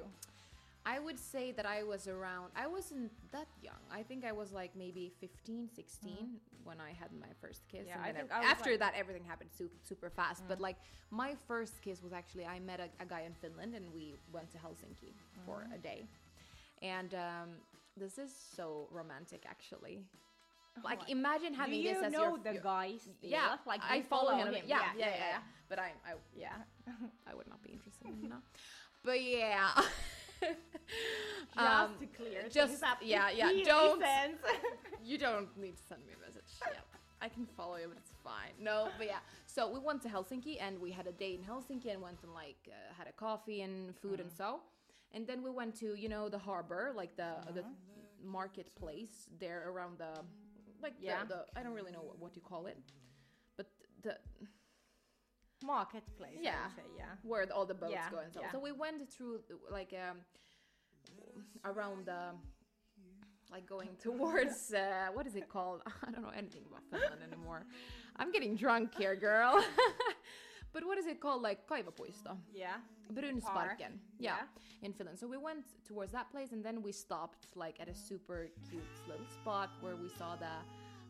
A: I would say that I was around, I wasn't that young. I think I was like maybe 15, 16 when I had my first kiss.
B: Mm-hmm. Yeah,
A: and
B: I
A: then
B: think
A: ev-
B: I was,
A: after
B: like- Mm.
A: that, everything happened su- super fast. But like my first kiss was actually, I met a, a guy in Finland and we went to Helsinki for
B: Mm.
A: a day. And um, this is so romantic, actually. Like,
B: Oh my-
A: imagine
B: Do
A: having
B: you
A: this as
B: know
A: your,
B: the
A: your-
B: guy still?
A: Yeah,
B: like do
A: I
B: you
A: follow, him. Yeah, yeah, yeah.
B: yeah.
A: But I, I,
B: yeah.
A: I would not be interested in him now. But yeah.
B: Just
A: Um,
B: to clear
A: just-
B: things up.
A: yeah,
B: if
A: yeah,
B: he
A: don't-
B: listens.
A: you don't need to send me a message. Yeah. I can follow you, but it's fine. No, but yeah. So we went to Helsinki and we had a day in Helsinki and went and like uh, had a coffee and food and so. And then we went to you know the harbor, like the the marketplace there around the like
B: Yeah.
A: yeah. the, I don't really know what, what you call it, but the
B: Marketplace. I
A: Yeah.
B: would say, yeah.
A: where the, all the boats
B: Yeah,
A: go and so.
B: yeah.
A: So we went through like um around the like going towards uh, what is it called? I don't know anything about Finland anymore. I'm getting drunk here, girl. but what is it called? Like Kaivapuisto,
B: Yeah.
A: Brunsparken. Yeah,
B: yeah.
A: in Finland. So we went towards that place and then we stopped like at a super cute little spot where we saw the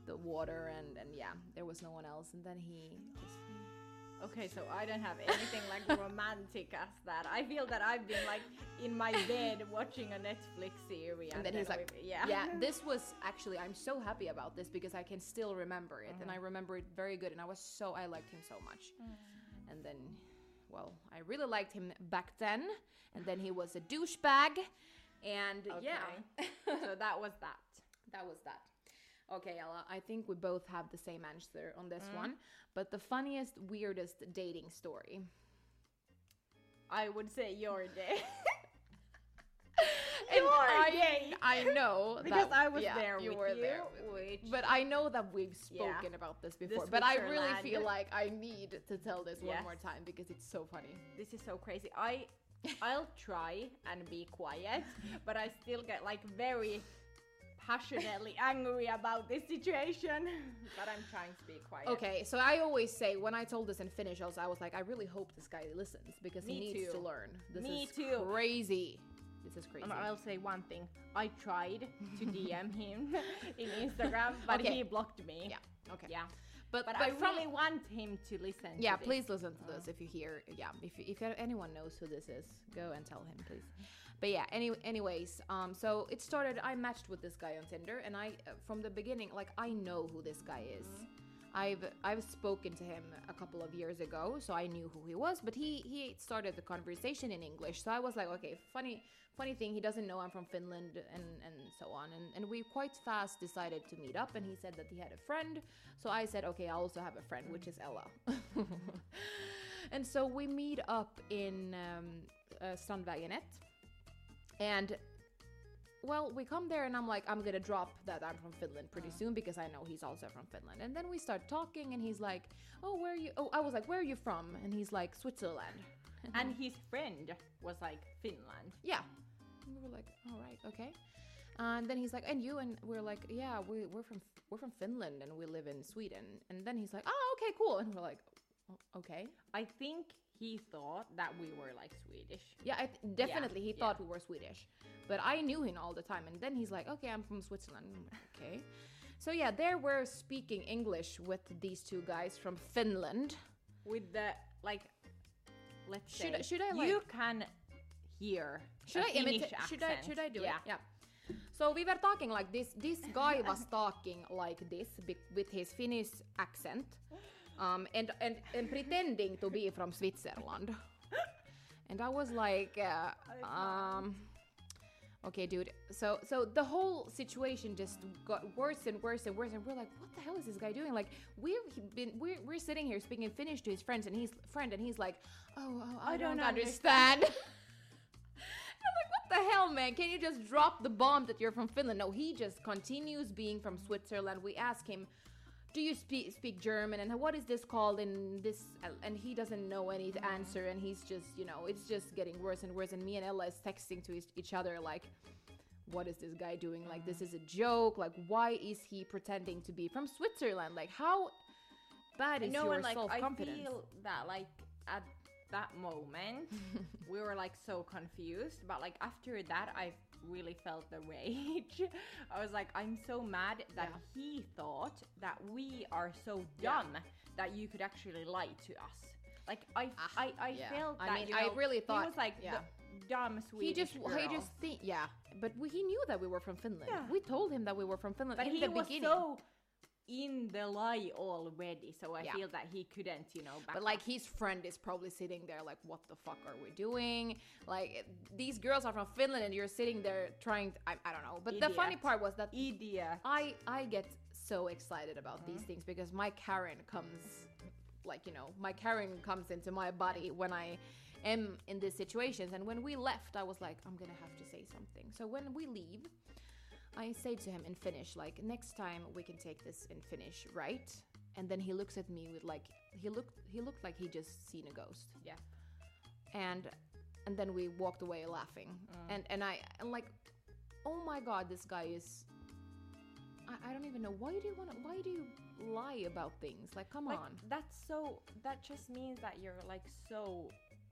A: the water and and yeah, there was no one else. And then he kissed me.
B: Okay, so I don't have anything like romantic as that. I feel that I've been like in my bed watching a Netflix series.
A: and then he's like,
B: we-
A: yeah. this was actually, I'm so happy about this because I can still remember it.
B: Mm-hmm.
A: And I remember it very good. And I was so, I liked him so much.
B: Mm.
A: And then, well, I really liked him back then. And then he was a douchebag. And yeah,
B: so that was that.
A: that was that. Okay, Ella, I think we both have the same answer on
B: Mm.
A: this one. But the funniest, weirdest dating story.
B: I would say your day.
A: And
B: Your
A: I,
B: day.
A: I know
B: because
A: that-
B: I was
A: yeah,
B: there
A: you
B: with
A: were
B: you,
A: there with me.
B: which
A: But I know that we've
B: Yeah.
A: spoken about this before,
B: This
A: but I
B: week's your
A: really
B: land.
A: feel like I need to tell this
B: Yes.
A: one more time because it's so funny.
B: this is so crazy. I I'll try and be quiet, but I still get like very passionately angry about this situation. But I'm trying to be quiet.
A: Okay, so I always say when I told this in Finnish, also I was like, I really hope this guy listens because he
B: Me
A: needs
B: too.
A: to learn. This
B: Me
A: is
B: too.
A: crazy. This is crazy.
B: And I'll say one thing. I tried to DM him in Instagram, but
A: Okay.
B: he blocked me.
A: yeah. Okay.
B: Yeah.
A: But,
B: But, I
A: from-
B: really want him to
A: yeah,
B: listen. to this. Uh-huh.
A: please listen to this if you hear. Yeah, if if anyone knows who this is, go and tell him, please. But yeah, any, anyways, um, so it started. I matched with this guy on Tinder, and I uh, from the beginning, like I know who this guy is. I've I've spoken to him a couple of years ago, so I knew who he was. But he he started the conversation in English, so I was like, okay, funny funny thing, he doesn't know I'm from Finland and and so on. And and we quite fast decided to meet up, and he said that he had a friend, so I said, okay, I also have a friend, which is Ella. and so we meet up in um, uh, Strandvägenet, and well, we come there and I'm like, I'm gonna drop that I'm from Finland pretty soon because I know he's also from Finland. And then we start talking and he's like, Oh, where are you? Oh, I was like, Where are you from? And he's like, Switzerland.
B: And his friend was like Finland.
A: Yeah. And we were like, All right, okay. And then he's like, And you? And we're like, Yeah, we, we're from we're from Finland and we live in Sweden. And then he's like, Oh, okay, cool. And we're like, "O- Okay.
B: I think he thought that we were like Swedish.
A: Yeah, I th- definitely. he
B: yeah.
A: thought we were Swedish, but I knew him all the time. And then he's like, "Okay, I'm from Switzerland." I'm like, okay, so yeah, there we're speaking English with these two guys from Finland.
B: With the like, let's
A: Should
B: say.
A: I- should I, like-
B: you can hear.
A: Should
B: a
A: I imitate?
B: Finnish
A: Should I?
B: accent.
A: Should I do it?
B: yeah.
A: Yeah. So we were talking like this. This guy was talking like this be- with his Finnish accent, um, and, and and pretending to be from Switzerland. And I was like, uh, um, okay, dude. So so the whole situation just got worse and worse and worse. And we're like, what the hell is this guy doing? Like we've been we're, we're sitting here speaking Finnish to his friends, and he's friend, and he's like, oh, oh I,
B: I
A: don't,
B: don't
A: understand. I'm like, what the hell, man? Can you just drop the bomb that you're from Finland? No, he just continues being from Switzerland. We ask him, do you speak speak German? And what is this called? And this, and he doesn't know any answer. And he's just, you know, it's just getting worse and worse. And me and Ella is texting to each- each other like. What is this guy doing? Like, this is a joke. Like, why is he pretending to be from Switzerland? Like, how bad is
B: no
A: your
B: one like
A: self
B: I
A: confidence?
B: feel that like at that moment we were like so confused but like after that I really felt the rage I was like I'm so mad that
A: Yeah.
B: he thought that we are so
A: Yeah.
B: dumb that you could actually lie to us like I
A: Ah,
B: I, I
A: yeah.
B: felt
A: I
B: that
A: mean,
B: you
A: I
B: know,
A: really thought-
B: he was like
A: yeah.
B: the dumb
A: He
B: Swedish
A: just he
B: girl.
A: just think yeah, but we, he knew that we were from Finland.
B: Yeah.
A: We told him that we were from Finland
B: but
A: in
B: he
A: the
B: was
A: beginning.
B: so in the lie already so I
A: Yeah.
B: feel that he couldn't you know back
A: but like his friend is probably sitting there like, what the fuck are we doing? Like these girls are from Finland and you're sitting there trying. To, I, I don't know. But the funny
B: Idiot.
A: part was that
B: idiot
A: I I get so excited about these things because my Karen comes like you know my Karen comes into my body when I am in these situations and when we left I was like I'm gonna have to say something so when we leave I say to him in Finnish like next time we can take this in Finnish right and then he looks at me with like he looked he looked like he just seen a ghost
B: yeah
A: and and then we walked away laughing
B: Mm.
A: and and i and like oh my god this guy is I, I don't even know why do you want to why do you lie about things like come
B: like,
A: on
B: That's so. That just means that you're like so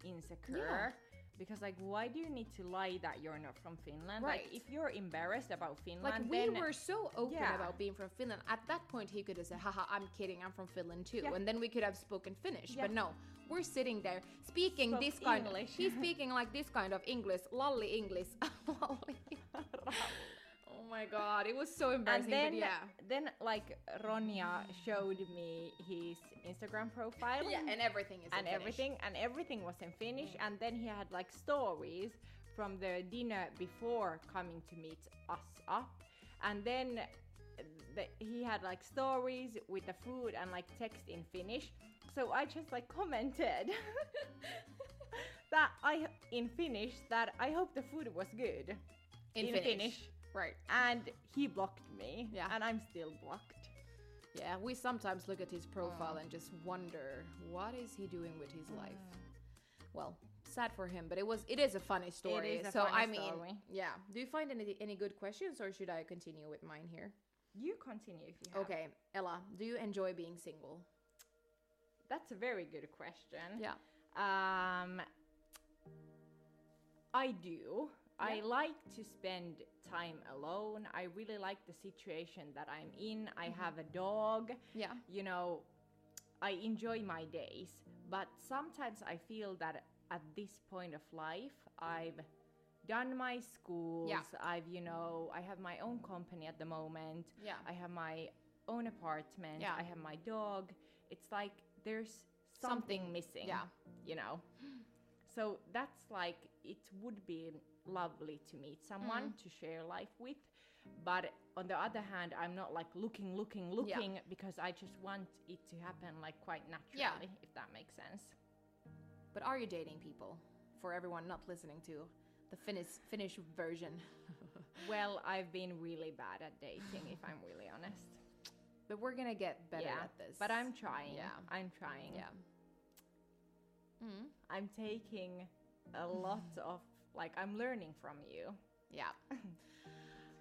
B: insecure. Because like, why do you need to lie that you're not from Finland?
A: Right.
B: Like, if you're embarrassed about Finland,
A: like we
B: then
A: were so open
B: Yeah.
A: about being from finland at that point he could have said haha i'm kidding i'm from finland too
B: Yeah.
A: and then we could have spoken finnish
B: Yeah.
A: but no we're sitting there speaking
B: Spoke
A: this kind
B: English.
A: he's speaking like this kind of english lolly english lolly oh my god it was so
B: and
A: embarrassing
B: then
A: but yeah
B: then like Ronja showed me his Instagram profile.
A: yeah and everything is in
B: and
A: Finnish.
B: everything and everything was in Finnish and then he had like stories from the dinner before coming to meet us up and then uh, the, he had like stories with the food and like text in Finnish so I just like commented that I in Finnish that I hope the food was good
A: in,
B: in
A: finnish.
B: Finnish.
A: right
B: and he blocked me
A: Yeah.
B: and I'm still blocked
A: Yeah, we sometimes look at his profile
B: Mm.
A: and just wonder what is he doing with his life. Well, sad for him, but it was it is a funny story.
B: is a
A: so
B: funny
A: I mean,
B: story.
A: yeah. Do you find any any good questions, or should I continue with mine here?
B: you continue if you have.
A: Okay, Ella, do you enjoy being single?
B: that's a very good question
A: Yeah.
B: Um, I do. I like to spend time alone. I really like the situation that I'm in. I have a dog.
A: Yeah.
B: You know, I enjoy my days, but sometimes I feel that at this point of life, I've done my schools. I've, you know, I have my own company at the moment.
A: Yeah.
B: I have my own apartment.
A: Yeah.
B: I have my dog. It's like there's something,
A: Something,
B: missing.
A: yeah.
B: You know. So that's like it would be lovely to meet someone
A: Mm-hmm.
B: to share life with, but on the other hand, I'm not like looking, looking, looking because I just want it to happen like quite naturally, if that makes sense.
A: But are you dating people? For everyone not listening to the Finnish Finnish version.
B: Well, I've been really bad at dating, if I'm really honest.
A: But we're gonna get better
B: yeah,
A: at this.
B: but I'm trying.
A: Yeah.
B: I'm trying.
A: yeah. Mm,
B: I'm taking a lot of like I'm learning from you.
A: yeah.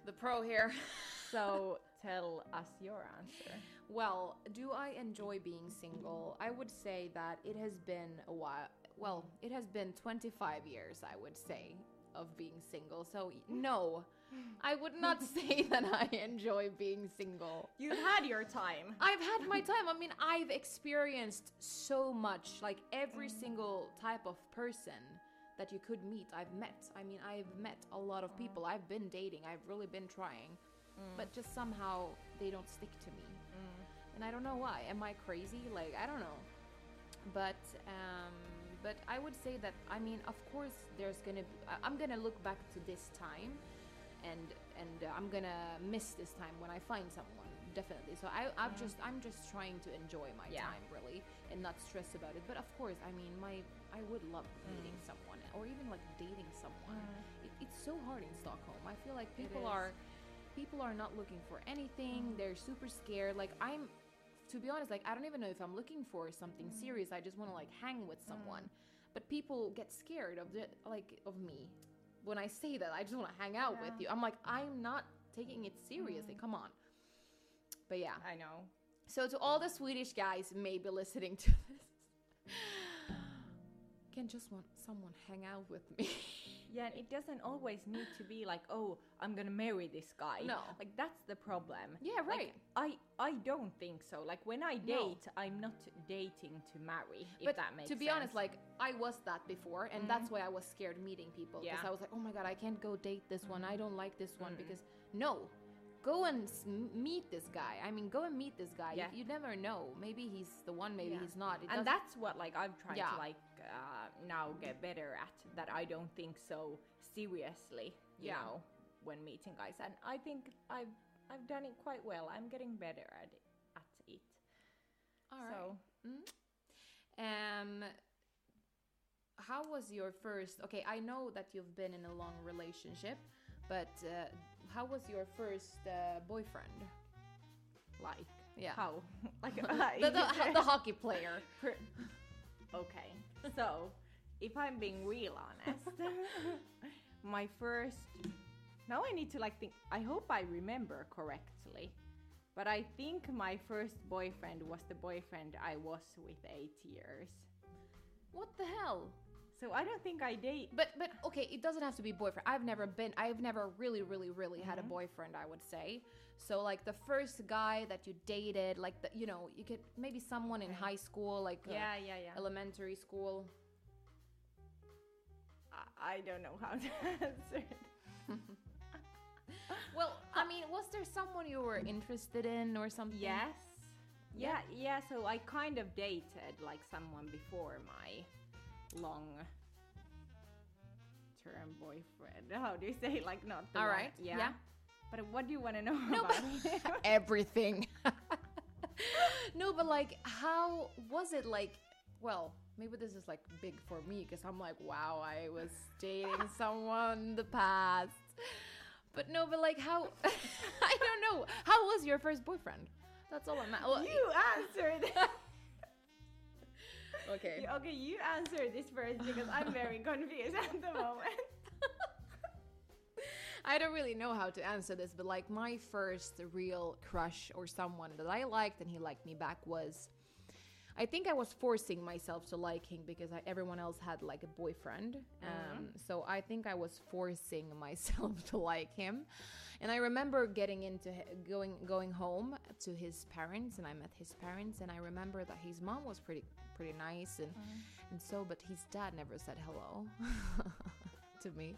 A: the pro here.
B: So tell us your answer.
A: Well, do I enjoy being single? I would say that it has been a while. Well, it has been 25 years, I would say, of being single. So, no, I would not say that I enjoy being single.
B: You've had your time.
A: I've had my time. I mean, I've experienced so much, like every single type of person that you could meet. I've met. I mean, I've met a lot of people. I've been dating. I've really been trying, but just somehow they don't stick to me, and I don't know why. Am I crazy? Like I don't know. But um, but I would say that I mean, of course, there's gonna. Be, I- I'm gonna look back to this time and and uh, I'm gonna miss this time when I find someone definitely. So I I'm just I'm just trying to enjoy my
B: Yeah.
A: time really and not stress about it. But of course, I mean my I would love
B: Mm.
A: meeting someone or even like dating someone. It, it's so hard in Stockholm. I feel like people
B: is. Mm.
A: are people are not looking for anything. They're super scared. Like I'm to be honest, like I don't even know if I'm looking for something
B: Mm.
A: serious. I just want to like hang with someone. But people get scared of the like of me when I say that. I just want to hang out with
B: Yeah. Mm.
A: you. I'm like I'm not taking it seriously. Come on. But yeah.
B: I know.
A: So to all the Swedish guys maybe listening to this, can just want someone hang out with me.
B: Yeah, and it doesn't always need to be like, oh, I'm gonna marry this guy.
A: No.
B: Like that's the problem.
A: yeah,
B: Like,
A: right.
B: I I don't think so. Like when I
A: No.
B: date, I'm not dating to marry. If
A: but
B: that makes
A: to be
B: sense. Mm-hmm.
A: honest, like I was that before, and that's why I was scared meeting people because
B: Yeah. Mm-hmm.
A: I was like, oh my god, I can't go date this one. I don't like this one because no, go and s- m- meet this guy. I mean, go and meet this guy.
B: Yeah.
A: You, you never know. Maybe he's the one. Maybe
B: Yeah.
A: he's not. It
B: and
A: doesn't-
B: that's what like I'm trying
A: Yeah.
B: to like uh, now get better at that I don't think so seriously. You
A: Yeah.
B: know, when meeting guys, and I think I've I've done it quite well. I'm getting better at it. At it.
A: All right.
B: So
A: Um, how was your first? Okay, I know that you've been in a long relationship, but uh, how was your first uh, boyfriend?
B: like
A: Yeah,
B: how like uh,
A: the, the, the hockey player.
B: Per- okay, so if I'm being real honest, my first. Now I need to like think. I hope I remember correctly, but I think my first boyfriend was the boyfriend I was with eight years.
A: What the hell?
B: So I don't think I date.
A: But but okay, it doesn't have to be boyfriend. I've never been. I've never really really really had a boyfriend. I would say. So like the first guy that you dated, like the, you know, you could maybe someone in high school, like uh,
B: Yeah, yeah, yeah.
A: elementary school.
B: I, I don't know how to answer. it.
A: Well,
B: Uh,
A: I mean, was there someone you were interested in or something?
B: Yes. Yeah, yeah. So I kind of dated like someone before my long term boyfriend. How do you say like not the
A: All
B: one-
A: right,
B: Yeah.
A: yeah.
B: But what do you want to know
A: No,
B: about
A: but
B: me?
A: everything. no, but like, how was it like? Well, maybe this is like big for me because I'm like, wow, I was dating someone in the past. But no, but like, how? I don't know. How was your first boyfriend? That's all I'm. At. Well,
B: you answered.
A: okay.
B: You- okay, you answer this first because I'm very confused at the moment.
A: I don't really know how to answer this, but like my first real crush or someone that I liked and he liked me back was I think I was forcing myself to like him because I, everyone else had like a boyfriend. Um, so I think I was forcing myself to like him. And I remember getting into h- going going home to his parents, and I met his parents, and I remember that his mom was pretty pretty nice, and and so, but his dad never said hello to me,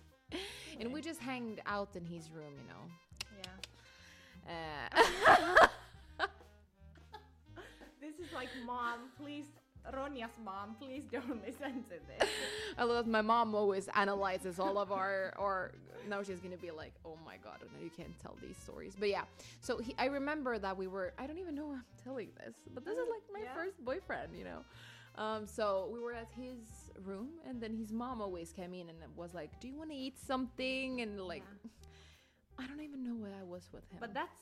A: and we just hanged out in his room, you know.
B: Yeah.
A: Uh,
B: This is like, mom, please, Ronja's mom, please don't listen to this.
A: I love that my mom always analyzes all of our or now she's gonna be like, oh my god, no, you can't tell these stories. But yeah, so he, I remember that we were. I don't even know why I'm telling this, but this is like my
B: Mm, Yeah.
A: first boyfriend, you know. Um, so we were at his room, and then his mom always came in and was like, "Do you want to eat something?" And like, I don't even know where I was with him.
B: But that's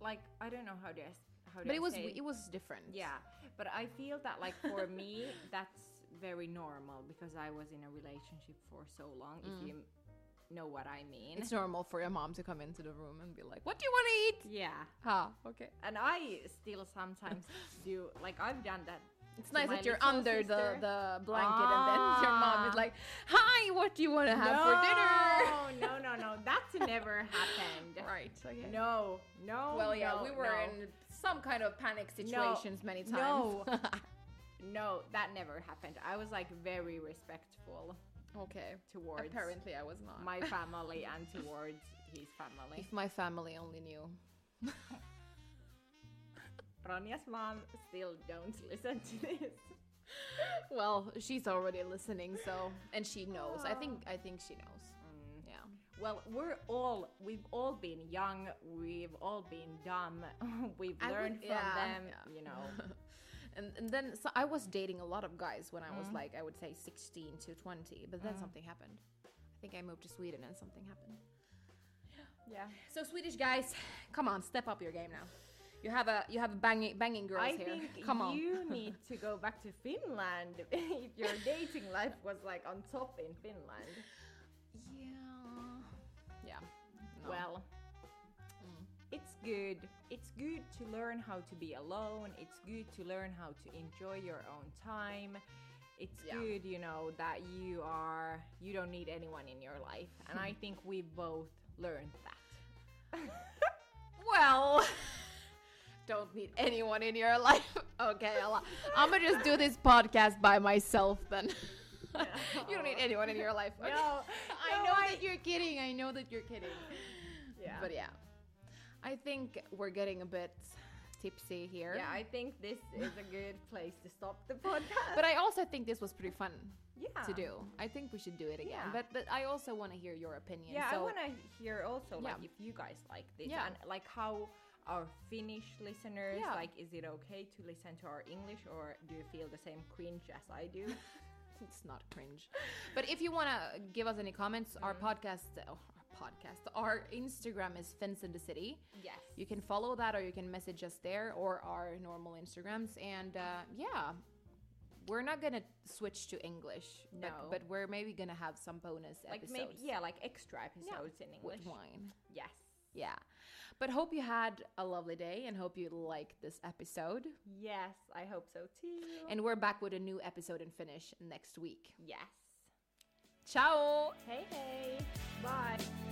B: like, I don't know how to, es- how to
A: but it was
B: say
A: it was different.
B: Yeah, but I feel that like for me, that's very normal because I was in a relationship for so long. If you know what I mean.
A: Mm. it's normal for your mom to come into the room and be like, "What do you want to eat?"
B: yeah,
A: Ha, okay.
B: and I still sometimes do like I've done that.
A: It's nice
B: my
A: that you're
B: little
A: under the,
B: sister.
A: the blanket and then your mom
B: Ah.
A: is like, Hi, what do you want to have for
B: No, no, no, no. That's never happened.
A: dinner? Right. Okay.
B: No, no.
A: Well, yeah,
B: no,
A: we were
B: no.
A: in some kind of panic situations many times.
B: No. No, that never happened. I was like very respectful
A: okay.
B: towards
A: Apparently, I was not.
B: my family and towards his family.
A: if my family only knew.
B: Ronja's mom still don't listen to this.
A: Well, she's already listening, so and she knows. I think I think she knows. Yeah.
B: Mm, Well, we're all we've all been young, we've all been dumb, we've
A: I would-
B: learned from
A: yeah,
B: them,
A: yeah.
B: you know.
A: And, and then so I was dating a lot of guys when I
B: Mm-hmm.
A: was like I would say 16 to 20, but then something happened. I think I moved to Sweden and something happened.
B: yeah.
A: So Swedish guys, come on, step up your game now. You have a you have a banging banging girls
B: I
A: here.
B: think
A: come on.
B: you need to go back to Finland if your dating life was like on top in Finland.
A: Yeah. Yeah. No.
B: Well, Mm. it's good. It's good to learn how to be alone. It's good to learn how to enjoy your own time. It's
A: Yeah.
B: good, you know, that you are you don't need anyone in your life. And I think we both learned that.
A: well. Don't need anyone in your life. Okay, I'll, I'm gonna just do this podcast by myself then. you don't need anyone in your life. Okay.
B: No,
A: I
B: no,
A: know
B: I-
A: that you're kidding. I know that you're kidding.
B: Yeah.
A: But yeah, I think we're getting a bit tipsy here.
B: yeah, I think this is a good place to stop the podcast.
A: but I also think this was pretty fun.
B: yeah.
A: to do. I think we should do it again.
B: Ah. Yeah.
A: But but I also want to hear your opinion.
B: Yeah,
A: so
B: I want to hear also like
A: Yeah.
B: if you guys like this
A: Yeah.
B: and like how our Finnish listeners
A: Yeah.
B: like is it okay to listen to our English or do you feel the same cringe as I do?
A: it's not cringe. But if you want to give us any comments, our
B: Mm.
A: podcast, oh, our podcast, our Instagram is Fins in the City.
B: yes.
A: You can follow that, or you can message us there, or our normal Instagrams. And uh, yeah, we're not gonna switch to English.
B: No.
A: But, but we're maybe gonna have some bonus
B: like
A: episodes.
B: maybe yeah, like extra episodes in
A: With
B: English.
A: wine.
B: Yes.
A: Yeah. But hope you had a lovely day and hope you liked this episode.
B: Yes, I hope so too.
A: And we're back with a new episode in Finnish next week.
B: yes.
A: Ciao!
B: Hey hey. Bye.